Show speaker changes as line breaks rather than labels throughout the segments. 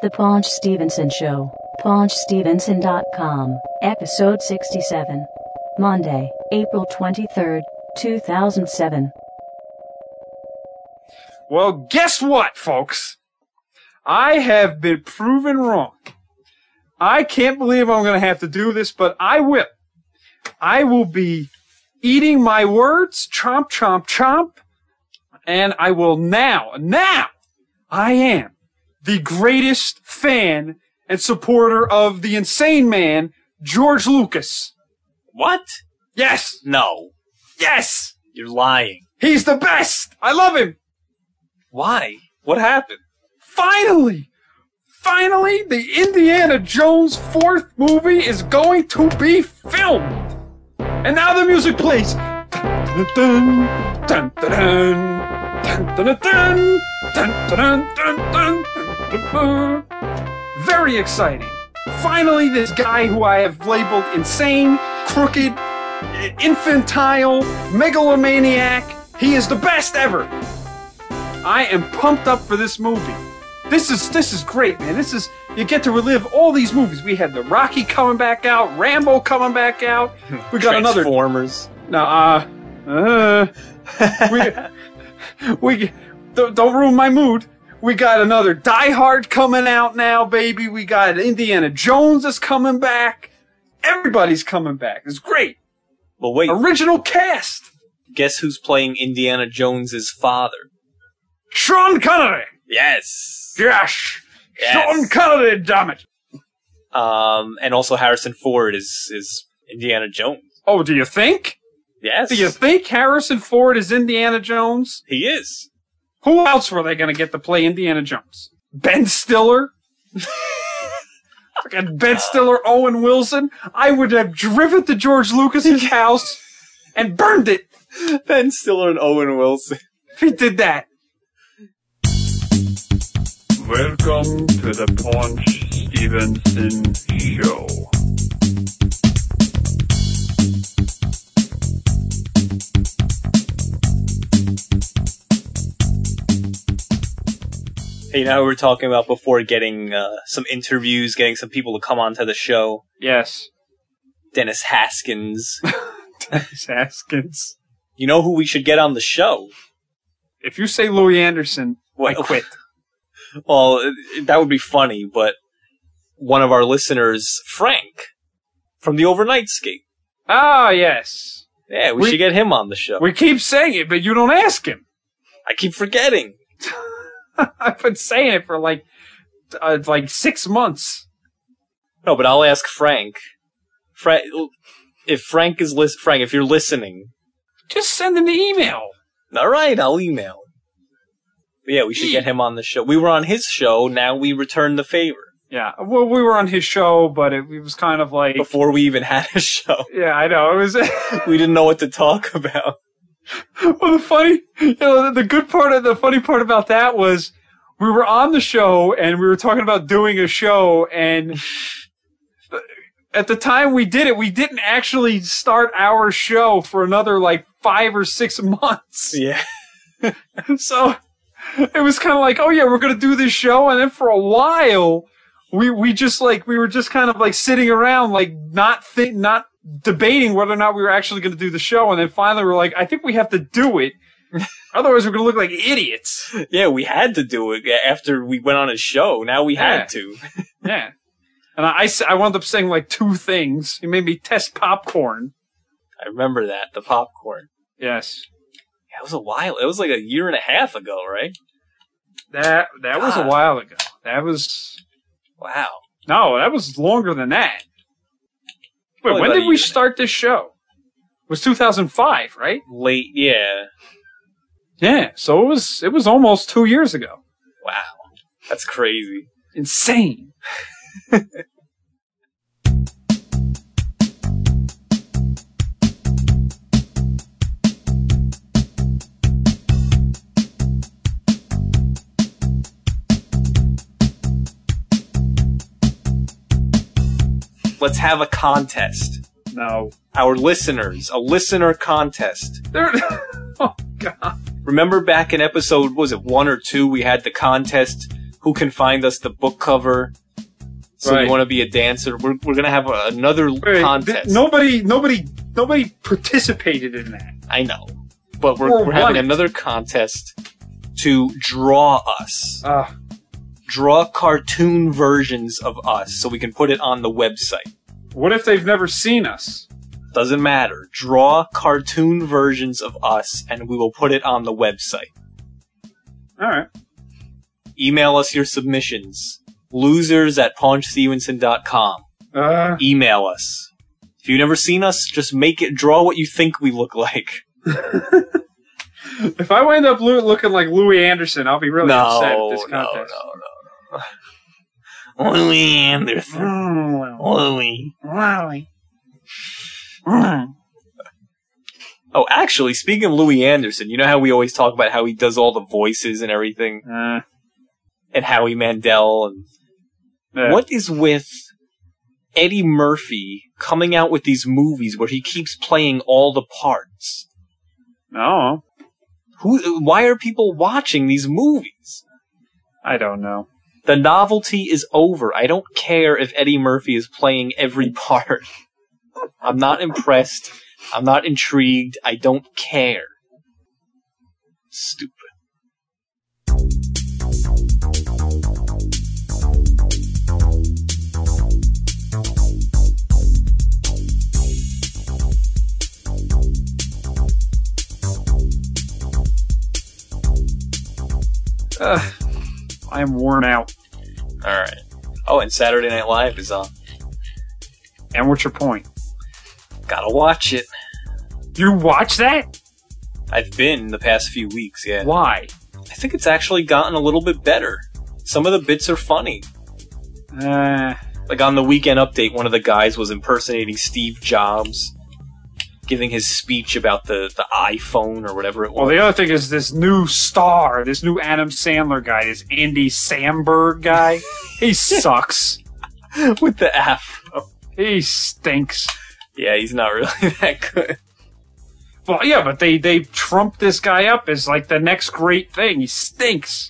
The Paunch Stevenson Show, paunchstevenson.com, Episode 67, Monday, April 23rd, 2007.
Well, guess what, folks? I have been proven wrong. I can't believe I'm going to have to do this, but I will. I will be eating my words, chomp, chomp, chomp, and I will now, now, I am the greatest fan and supporter of the insane man, George Lucas.
What?
Yes,
No.
yes,
You're lying.
he's the best. I love him.
Why? What happened?
finally, finally, the Indiana Jones fourth movie is going to be filmed. And now the music plays. Dun, dun, dun, dun, dun, dun, dun, dun, dun, dun, dun, dun, dun, dun. Very exciting. Finally, this guy who I have labeled insane, crooked, i- infantile, megalomaniac, he is the best ever. I am pumped up for this movie. This is this is great, man. This is you get to relive all these movies. We had the Rocky coming back out, Rambo coming back out. We got another
Transformers.
no, uh, uh we we don't, don't ruin my mood. We got another Die Hard coming out now, baby. We got Indiana Jones is coming back. Everybody's coming back. It's great.
But wait,
Original cast.
guess who's playing Indiana Jones's father?
Sean Connery.
Yes.
Yes.
Yes.
Sean Connery, damn it.
Um, and also Harrison Ford is is Indiana Jones.
Oh, do you think?
Yes.
Do you think Harrison Ford is Indiana Jones?
He is.
Who else were they going to get to play Indiana Jones? Ben Stiller? Fucking Ben Stiller, Owen Wilson? I would have driven to George Lucas's house and burned it
Ben Stiller and Owen Wilson.
if he did that.
Welcome to the Paunch Stevenson Show.
Hey, now we were talking about before getting uh, some interviews, getting some people to come onto the show.
Yes.
Dennis Haskins.
Dennis Haskins.
you know who we should get on the show?
If you say Louis Anderson,
What?
I quit.
Well, it- that would be funny, but one of our listeners, Frank, from the Overnight Skate.
Ah, yes.
Yeah, we,
We-
should get him on the show.
We keep saying it, but you don't ask him.
I keep forgetting.
I've been saying it for like, uh, like six months.
No, but I'll ask Frank. Frank, if Frank is lis- Frank, if you're listening,
Just send him the email.
all right, I'll email. him. But yeah, we should get him on the show. We were on his show. Now we return the favor
Yeah. Well, we were on his show, but it, it was kind of like.
before we even had a show.
Yeah, I know. It was.
We didn't know what to talk about.
well, the funny, you know, the, the good part of the funny part about that was we were on the show and we were talking about doing a show and. At the time we did it, we didn't actually start our show for another like five or six months.
Yeah,
So it was kind of like, oh yeah, we're gonna do this show, and then for a while, we we just like we were just kind of like sitting around, like not think, not debating whether or not we were actually gonna do the show, and then finally we're like, I think we have to do it, otherwise we're gonna look like idiots.
yeah, we had to do it after we went on his show. Now we
Yeah.
had to.
Yeah. And I, I, s- I wound up saying like two things. He made me test popcorn.
I remember that the popcorn.
Yes.
Yeah, it was a while. It was like a year and a half ago, right?
That that was a
God.
while ago. That was
Wow.
No, that was longer than that. Wait,
Probably
when
about a
did we
year.
start this show? It was 2005, right?
Late. Yeah.
Yeah, so it was it was almost 2 years ago.
Wow. That's crazy.
Insane.
Let's have a contest.
No.
Our listeners, a listener contest.
There Oh god.
Remember back in episode, what was it one or two? We had the contest Who Can Find Us, the book cover. So
Right.
you want to be a dancer? We're, we're gonna have a, another
Wait, th-
contest.
nobody, nobody, nobody participated in that.
I know, but we're,
Or
we're having
what?
another contest to draw us,
Uh,
draw cartoon versions of us, so we can put it on the website.
what if they've never seen us?
Doesn't matter. Draw cartoon versions of us, and we will put it on the website.
All right.
Email us your submissions. Losers at paunchstevenson.com.
Uh,
Email us. If you've never seen us, just make it draw what you think we look like.
if I wind up lo- looking like Louis Anderson, I'll be really upset at this contest.
No, no, no, no. Louis Anderson.
Mm,
Louis.
Louis. Mm.
Oh, actually, speaking of Louis Anderson, you know how we always talk about how he does all the voices and everything,
Uh,
and Howie Mandel, and
yeah.
what is with Eddie Murphy coming out with these movies where he keeps playing all the parts?
No,
Who? Why are people watching these movies?
I don't know.
The novelty is over. I don't care if Eddie Murphy is playing every part. I'm not impressed. I'm not intrigued. I don't care. Stupid.
Ugh, I'm worn out.
All right. Oh, and Saturday Night Live is on.
And what's your point?
Gotta watch it.
You watch that?
I've been the past few weeks. Yeah.
Why?
I think it's actually gotten a little bit better. Some of the bits are funny.
Uh,
Like on the weekend update, one of the guys was impersonating Steve Jobs, giving his speech about the, the iPhone or whatever it was.
well, the other thing is this new star, this new Adam Sandler guy, this Andy Samberg guy. he sucks.
with the afro.
He stinks.
Yeah, he's not really that good.
Well, yeah, but they they trumped this guy up as like the next great thing. He stinks.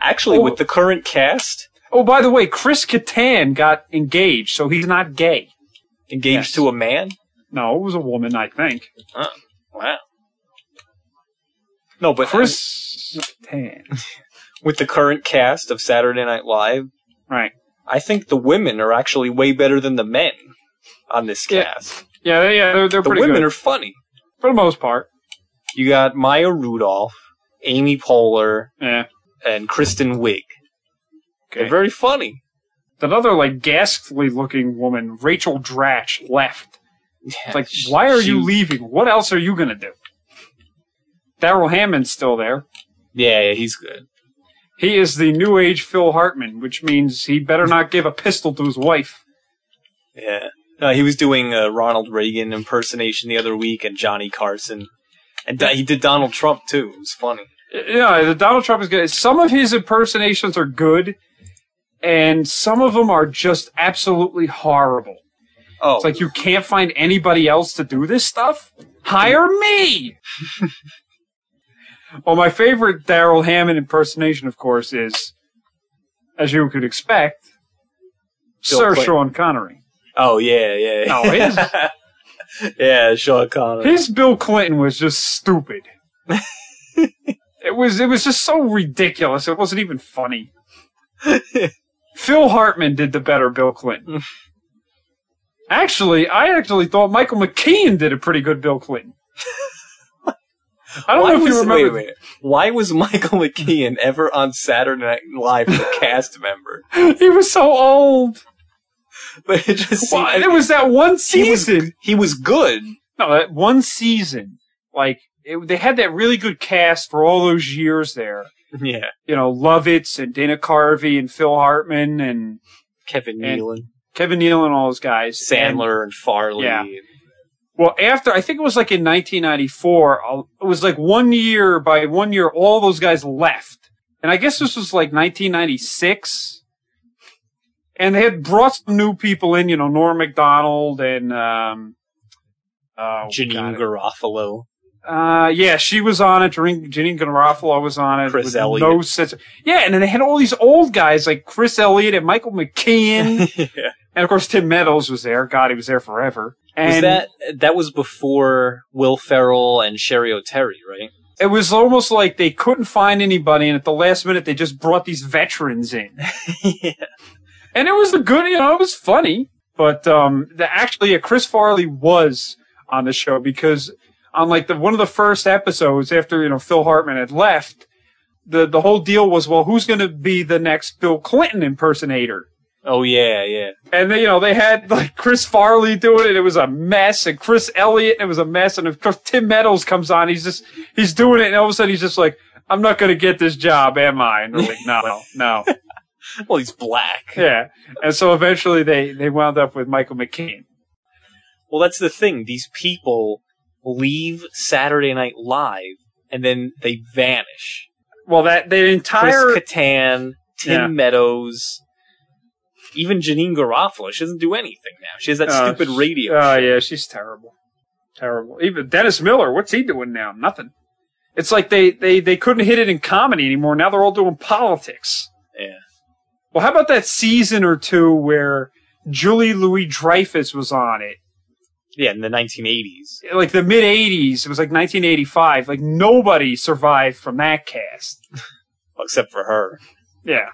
Actually,
Oh.
with the current cast,
Oh, by the way, Chris Kattan got engaged, so he's not gay.
engaged
Yes.
to a man.
No, it was a woman, I think.
Wow. No, but
Chris Kattan.
with the current cast of Saturday Night Live,
Right.
I think the women are actually way better than the men on this
Yeah.
cast.
Yeah, they- yeah, they're, they're
The
pretty
women
good
are funny.
for the most part.
You got Maya Rudolph, Amy Poehler,
Yeah.
and Kristen Wiig.
Okay.
They're very funny.
that other like ghastly looking woman, Rachel Dratch, left. It's like, why are you
She-
leaving? What else are you gonna do? Daryl Hammond's still there.
Yeah, yeah, he's good.
He is the new age Phil Hartman, which means he better not give a pistol to his wife.
Yeah. No, he was doing a Ronald Reagan impersonation the other week and Johnny Carson. And do- he did Donald Trump too. It was funny.
Yeah, the Donald Trump is good. Some of his impersonations are good, and some of them are just absolutely horrible.
Oh,
It's like you can't find anybody else to do this stuff. Hire me. well, my favorite Daryl Hammond impersonation, of course, is, as you could expect,
Bill
Sir
Clinton.
Sean Connery.
oh yeah, yeah.
No,
his. yeah, Sean Connery.
His Bill Clinton was just stupid. it was it was just so ridiculous. It wasn't even funny. Phil Hartman did the better Bill Clinton. actually, I actually thought Michael McKean did a pretty good Bill Clinton. I don't
Why
know if
was,
you remember.
Wait, wait. Why was Michael McKean ever on Saturday Night Live as a cast member?
He was so old.
But it just
Why-
seemed-
there was that one
he was
season.
he was good.
No, that one season. Like it, they had that really good cast for all those years there.
Yeah,
you know, Lovitz and Dana Carvey and Phil Hartman and
Kevin
And-
Nealon,
Kevin Neal and all those guys. And-
Sandler, and Farley.
Yeah. well, after, I think it was like in 1994, I'll- it was like one year, by one year, all those guys left. And I guess this was like 1996. And they had brought some new people in, you know, Norm MacDonald and, um, oh,
Janine
God.
Garofalo.
Uh, yeah, she was on it. Janine Janine Garofalo was on it.
Chris
with
Elliott.
No sense. Yeah, and then they had all these old guys like Chris Elliott and Michael McKean,
yeah.
and of course Tim Meadows was there. God, he was there forever. And
Was that that was before Will Ferrell and Sherry O'Terry, right?
it was almost like they couldn't find anybody, and at the last minute they just brought these veterans in.
yeah.
and it was a good, you know, it was funny. But um, the, actually, uh, Chris Farley was on the show because on like the one of the first episodes after you know Phil Hartman had left, the the whole deal was well, who's going to be the next Bill Clinton impersonator?
Oh yeah, yeah.
And they, you know, they had like Chris Farley doing it. It was a mess, and Chris Elliott. It was a mess, and of course Tim Meadows comes on. He's just he's doing it, and all of a sudden he's just like, "I'm not going to get this job, am I?" And they're like, "No, no."
Well, he's black.
yeah. And so eventually they, they wound up with Michael McKean.
Well, that's the thing. These people leave Saturday Night Live and then they vanish.
Well, that the entire
Chris Kattan, Tim
Yeah.
Meadows, even Janine Garofalo. She doesn't do anything now. She has that
Oh,
stupid
sh-
radio.
Oh yeah, she's terrible, terrible. Even Dennis Miller, what's he doing now? Nothing. It's like they, they, they couldn't hit it in comedy anymore. Now they're all doing politics.
yeah.
Well, how about that season or two where Julie Louis Dreyfus was on it?
Yeah, in the 1980s.
Like the mid 80s, it was like 1985. Like nobody survived from that cast.
Except for her.
Yeah.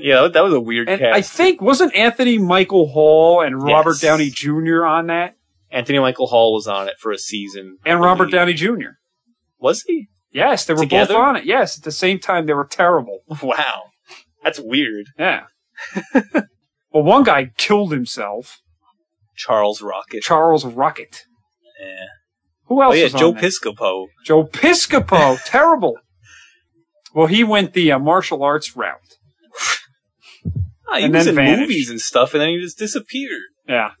yeah, that was a weird
And I
cast.
think wasn't Anthony Michael Hall and Robert
Yes.
Downey Jr. on that,
Anthony Michael Hall was on it for a season.
and Robert
Downey
Downey Jr.
Was he?
Yes, they were
Together?
both on it. Yes, at the same time, they were terrible.
Wow. That's weird.
Yeah. well, one guy killed himself,
Charles Rocket.
Charles Rocket.
yeah.
Who
Oh,
else?
yeah,
was on
Joe
that?
Piscopo.
Joe Piscopo, terrible. Well, he went the uh, martial arts route.
Ah, he
And
was
then
in
vanished.
movies and stuff, and then he just disappeared.
Yeah,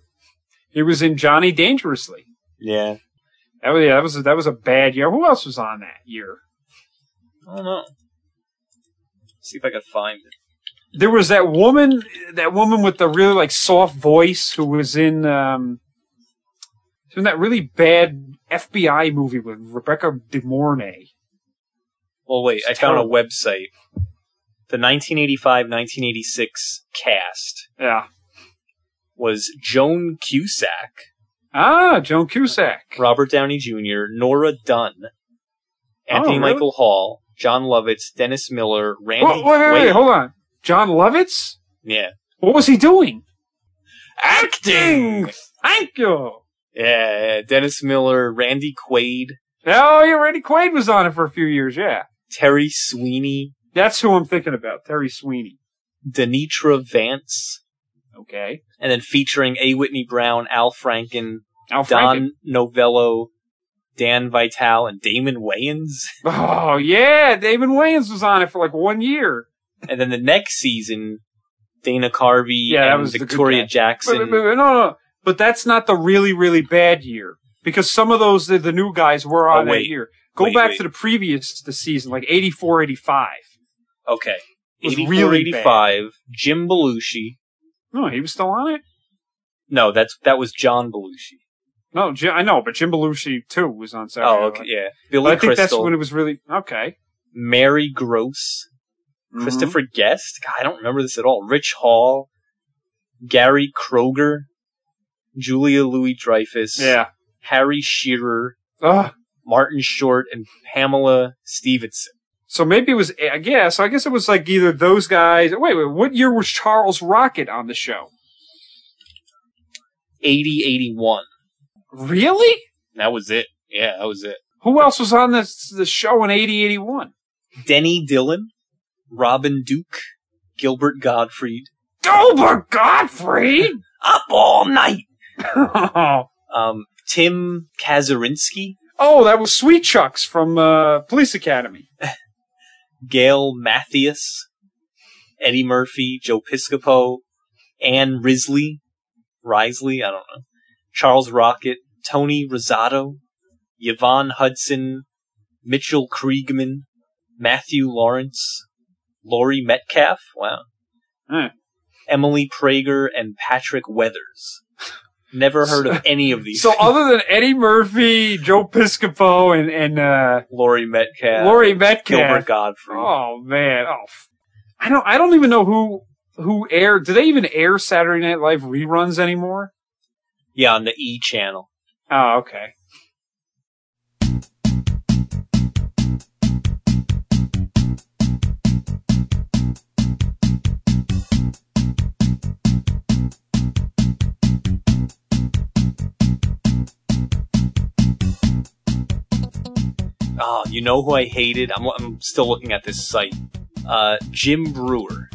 he was in Johnny Dangerously.
Yeah.
That was yeah, that was that was a bad year. Who else was on that year?
I don't know. See if I could find it.
there was that woman, that woman with the really like soft voice who was in, um, she was in that really bad FBI movie with Rebecca De Mornay.
Well, wait,
It's
I found
terrible.
a website. The 1985-1986 cast
Yeah.
was Joan Cusack,
Ah, Joan Cusack.
Robert Downey Jr., Nora Dunn,
Oh, really?
Anthony Michael Hall, John Lovitz, Dennis Miller, Randy.
Whoa, wait, wait, wait,
Quaid.
hold on. John Lovitz?
Yeah,
What was he doing?
acting.
Thank you.
Yeah, Dennis Miller, Randy Quaid,
Oh, yeah, Randy Quaid was on it for a few years, yeah.
Terry Sweeney,
That's who I'm thinking about, Terry Sweeney.
Denitra Vance,
Okay.
and then featuring A. Whitney Brown, Al Franken,
Al Franken.
Don Novello, Dan Vital, and Damon Wayans.
Oh, yeah, David Wayans was on it for like one year.
And then the next season, Dana Carvey
Yeah, that
and
was the good
Victoria
guy.
Jackson.
But, but- but- no, no, but that's not the really, really bad year because some of those the, the new guys were on
Oh, wait.
that year. Go
Wait,
back
wait.
to the previous the season, like 84, 85.
okay.
was
84,
really
85, Jim Belushi.
No, he was still on it.
No, that's that was John Belushi.
No, Jim, I know, but Jim Belushi too was on Saturday.
oh,
Night
okay,
Live.
yeah.
But I
Billy
think that's
Crystal,
when it was really okay.
Mary Gross, Mm-hmm.
Mm-hmm.
Christopher Guest. God, I don't remember this at all. Rich Hall, Gary Kroger, Julia Louis Dreyfus,
Mhm. Yeah.
Harry Shearer,
Ugh.
Martin Short, and Pamela Stevenson.
So maybe it was. I guess. I guess it was like either those guys. Wait, wait. What year was Charles Rocket on the show?
80, 81.
Really?
That was it. Yeah, that was it.
Who else was on this the show in eighty eighty one?
Denny Dillon, Robin Duke, Gilbert Gottfried.
Gilbert Godfrey.
Up all night!
oh.
Um, Tim Kazurinsky,
Oh, that was Sweet Chucks from uh, Police Academy.
Gail Mathias, Eddie Murphy, Joe Piscopo, Ann Risley, Risley, I don't know, Charles Rocket, Tony Rosato, Yvonne Hudson, Mitchell Kriegman, Matthew Lawrence, Laurie Metcalf, wow,
Hmm.
Emily Prager, and Patrick Weathers. Never heard of any of these.
So other than Eddie Murphy, Joe Piscopo, and and uh,
Lori Metcalf,
Lori Metcalf,
Gilbert Godfrey.
Oh man, oh, f- I don't, I don't even know who who aired. Do they even air Saturday Night Live reruns anymore?
Yeah, on the E channel.
Oh, okay.
Oh, you know who I hated? I'm, I'm still looking at this site. Uh, Jim Brewer.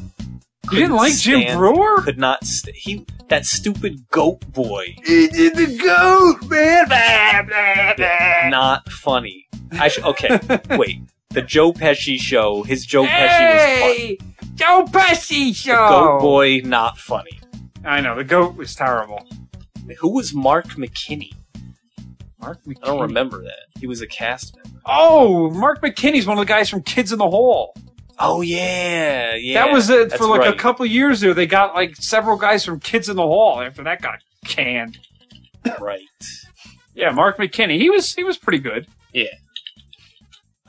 You didn't like Jim
stand-
Brewer?
Could not. St- he that stupid goat boy.
He did the goat, man. Blah, blah, blah.
Not funny. I sh- okay. wait, the Joe Pesci show. His Joe Pesci was funny.
hey, Joe Pesci show.
Goat boy, not funny.
I know the goat was terrible.
Who was Mark McKinney?
Mark McKinney.
I don't remember that. He was a cast member.
Oh, Mark McKinney's one of the guys from Kids in the Hall.
Oh yeah, yeah.
that was it
that's
for like
right.
a couple years there. They got like several guys from Kids in the Hall after that got canned.
right.
Yeah, Mark McKinney. He was he was pretty good.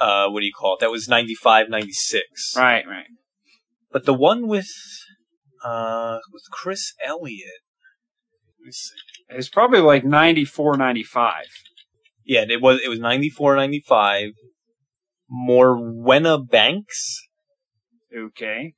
Uh, what do you call it? That was 95, 96.
Right, right.
But the one with uh with Chris Elliott. Let me see.
It was probably like 94, 95.
Yeah, it was it was 94 95. Morwenna Banks.
Okay.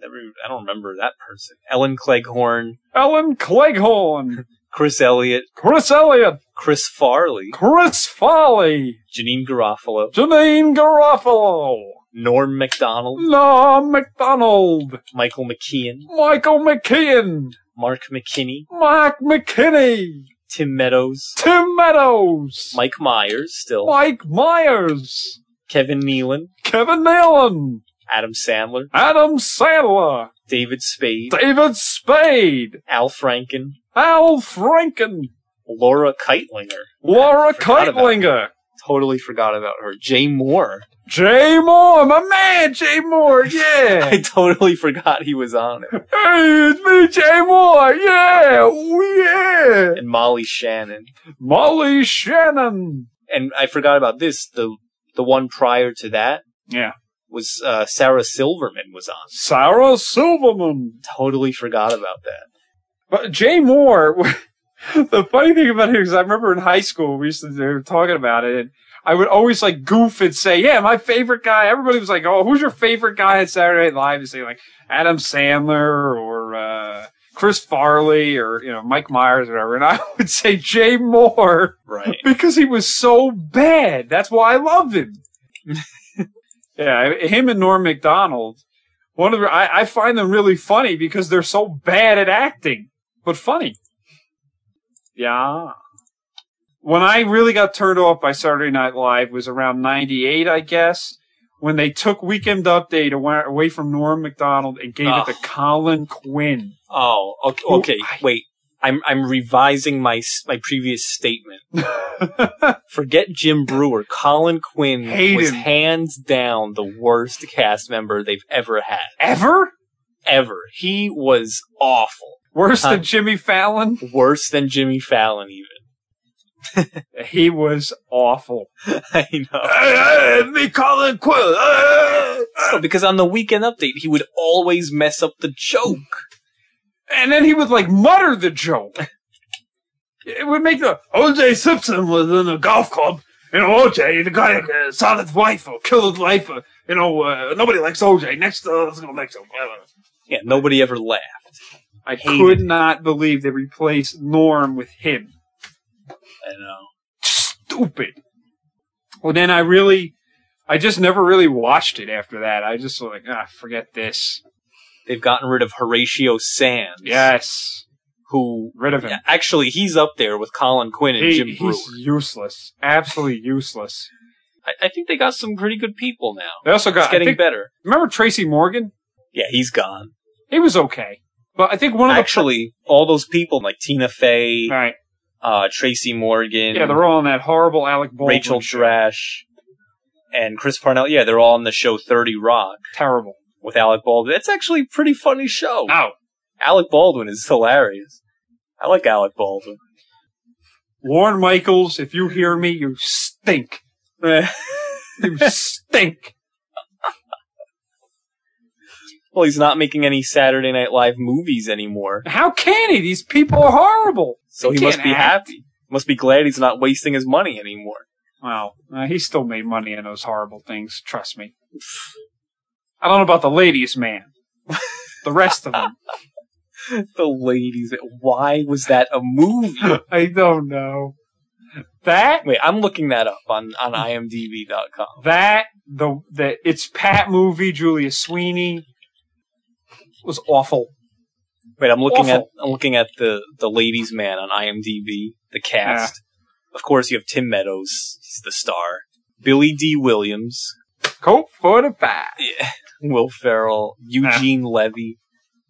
Never, I don't remember that person. Ellen Cleghorn,
Ellen Cleghorn,
Chris Elliott,
Chris Elliott,
Chris Farley,
Chris Foley,
Janine Garofalo,
Janine Garofalo,
Norm Macdonald,
Norm McDonald,
Michael McKeon,
Michael McKeon,
Mark McKinney,
Mark McKinney,
Tim Meadows,
Tim Meadows,
Mike Myers still,
Mike Myers,
Kevin Nealon,
Kevin Nealon,
Adam Sandler,
Adam Sandler,
David Spade,
David Spade,
Al Franken,
Al Franken,
Laura Keitlinger.
Laura
Forgot about
Keitlinger,
Totally forgot about her. Jay Moore.
Jay Moore, my man, Jay Moore, yeah.
I totally forgot he was on it.
hey, it's me, Jay Moore, yeah, oh yeah.
And Molly Shannon.
Molly Shannon.
And I forgot about this. The the one prior to that
Yeah.
was uh, Sarah Silverman was on.
Sarah Silverman.
Totally forgot about that.
But Jay Moore, the funny thing about him is I remember in high school we used to they were talking about it, and I would always like goof and say, "Yeah, my favorite guy." Everybody was like, "Oh, who's your favorite guy at Saturday Night Live?" And say like Adam Sandler or uh, Chris Farley or you know Mike Myers or whatever, and I would say Jay Moore
Right.
because he was so bad. That's why I love him. yeah, him and Norm Macdonald. One of the, I, I find them really funny because they're so bad at acting, but funny. Yeah. When I really got turned off by Saturday Night Live was around '98, I guess, when they took Weekend Update away, away from Norm Macdonald and gave
Ugh.
it to Colin Quinn.
Oh, okay.
Who-
okay. Wait. I'm I'm revising my s- my previous statement. Forget Jim Brewer. Colin Quinn
Hate
was
him.
hands down the worst cast member they've ever had.
Ever
Ever. He was awful.
worse
Huh.
than Jimmy Fallon?
Worse than Jimmy Fallon even.
He was awful.
I know.
me Colin Quill.
No, because on the weekend update he would always mess up the joke.
and then he would like mutter the joke. It would make the OJ Simpson was in a golf club. You know, OJ, the guy that uh, shot his wife or killed his wife. Or, you know, uh, nobody likes OJ. Next, uh, let's go next.
Yeah, nobody ever laughed.
I
Hated
could
it.
not believe they replaced Norm with him.
I know.
stupid. Well, then I really, I just never really watched it after that. I just was like, ah, forget this.
They've gotten rid of Horatio Sands.
Yes,
Who
rid of him.
yeah, actually he's up there with Colin Quinn and
He-
Jim Brewer.
he's useless, absolutely useless.
I, I think they got some pretty good people now.
They also got.
It's getting
Oh I think-
better.
Remember Tracy Morgan?
Yeah, he's gone.
He was okay, but I think one of
Actually, all those people like Tina Fey,
the all right,
uh, Tracy Morgan,
yeah, they're all on that horrible Alec Baldwin.
Rachel
show.
Drash, and Chris Parnell. Yeah, they're all on the show Thirty Rock
terrible. Ah.
with Alec Baldwin. That's actually a pretty funny show.
No,
Alec Baldwin is hilarious. I like Alec Baldwin.
Lorne Michaels, if you hear me, you stink.
Eh.
You stink.
well, he's not making any Saturday Night Live movies anymore,
How can he? These people are horrible.
so
They
he must
can't
be
act.
happy. Must be glad he's not wasting his money anymore.
Well, uh, he still made money in those horrible things. Trust me. I don't know about the ladies, man. The rest of them,
The ladies. Why was that a movie?
I don't know. That
Wait, I'm looking that up on, on IMDb.com.
that the the it's Pat movie. Julia Sweeney was awful.
Wait, I'm looking
Awful.
at I'm looking at the the ladies' man on IMDb. The cast. Of course, you have Tim Meadows. He's the star. Billy D. Williams,
Coat for the back.
Will Ferrell, Eugene
Ah.
Levy,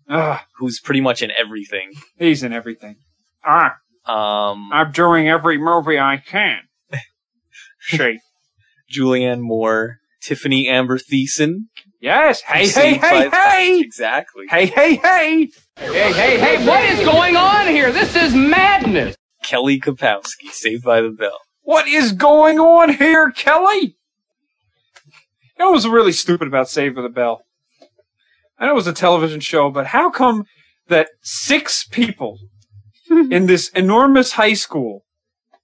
Ugh,
who's pretty much in everything.
he's in everything. Ah,
Um,
I'm doing every movie I can. Shake.
Julianne Moore, Tiffany Amber Thiessen.
Yes.
from
Hey, hey,
Saved
hey,
by-
hey.
Exactly.
Hey, hey, hey. Hey, hey, hey. What is going on here? This is madness.
Kelly Kapowski, Saved by the Bell.
What is going on here, Kelly? You know what was really stupid about Save the Bell? I know it was a television show, but how come that six people in this enormous high school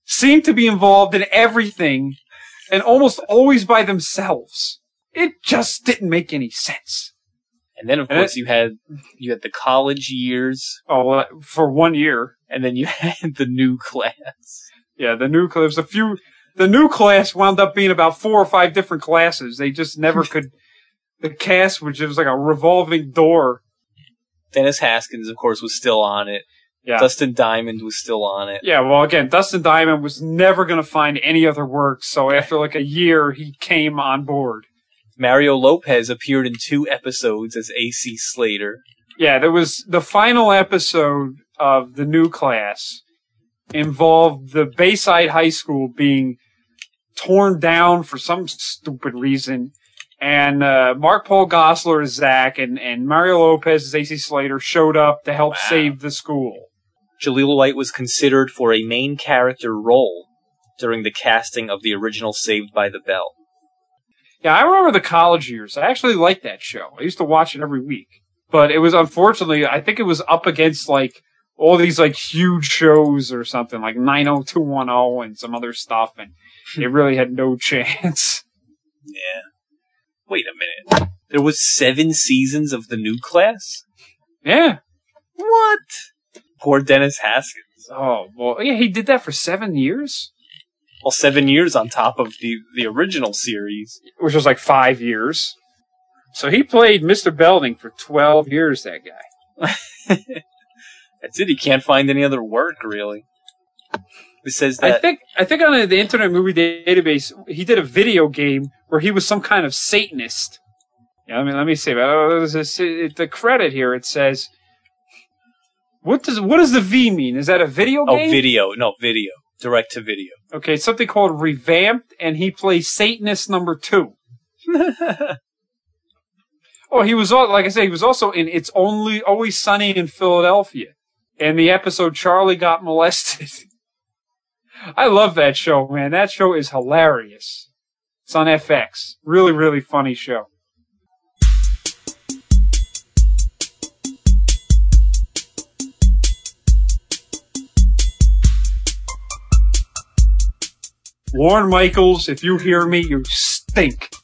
seem to be involved in everything and almost always by themselves? It just didn't make any sense.
And then, of
And
course, you had you had the college years,
Oh, well, that- for one year.
and then you had the new class.
Yeah, the new class. A few. The new class wound up being about four or five different classes. They just never could. The cast was just like a revolving door.
Dennis Haskins, of course, was still on it.
Yeah.
Dustin Diamond was still on it.
yeah. Well, again, Dustin Diamond was never going to find any other work. So after like a year, he came on board.
Mario Lopez appeared in two episodes as AC Slater.
Yeah, there was the final episode of the new class involved the Bayside High School being torn down for some stupid reason. And uh, Mark Paul Gossler is Zach, and, and Mario Lopez as AC Slater showed up to help
Wow.
save the school.
Jaleel White was considered for a main character role during the casting of the original Saved by the Bell.
Yeah, I remember the college years. I actually liked that show. I used to watch it every week. But it was unfortunately, I think it was up against like all these like huge shows or something, like 90210 and some other stuff, and it really had no chance.
Yeah. Wait a minute. There was seven seasons of the new class?
Yeah.
What? Poor Dennis Haskins.
Oh, well, yeah, he did that for seven years,
Well, seven years on top of the, the original series.
which was like five years. So he played Mr. Belding for 12 years, that guy.
That's it. He can't find any other work, really. It says
I
that.
think I think on the Internet Movie Database, he did a video game where he was some kind of Satanist. Yeah, I mean, let me see. Oh, this is- it- the credit here it says, "What does what does the V mean? Is that a video
oh,
game?
video. No, video. Direct to video.
okay, it's something called Revamped, and he plays Satanist number two. Oh, he was all like I said, he was also in "It's Only Always Sunny in Philadelphia," and the episode "Charlie Got Molested." I love that show, man. That show is hilarious. It's on FX. Really, really funny show. Lorne Michaels, if you hear me, you stink.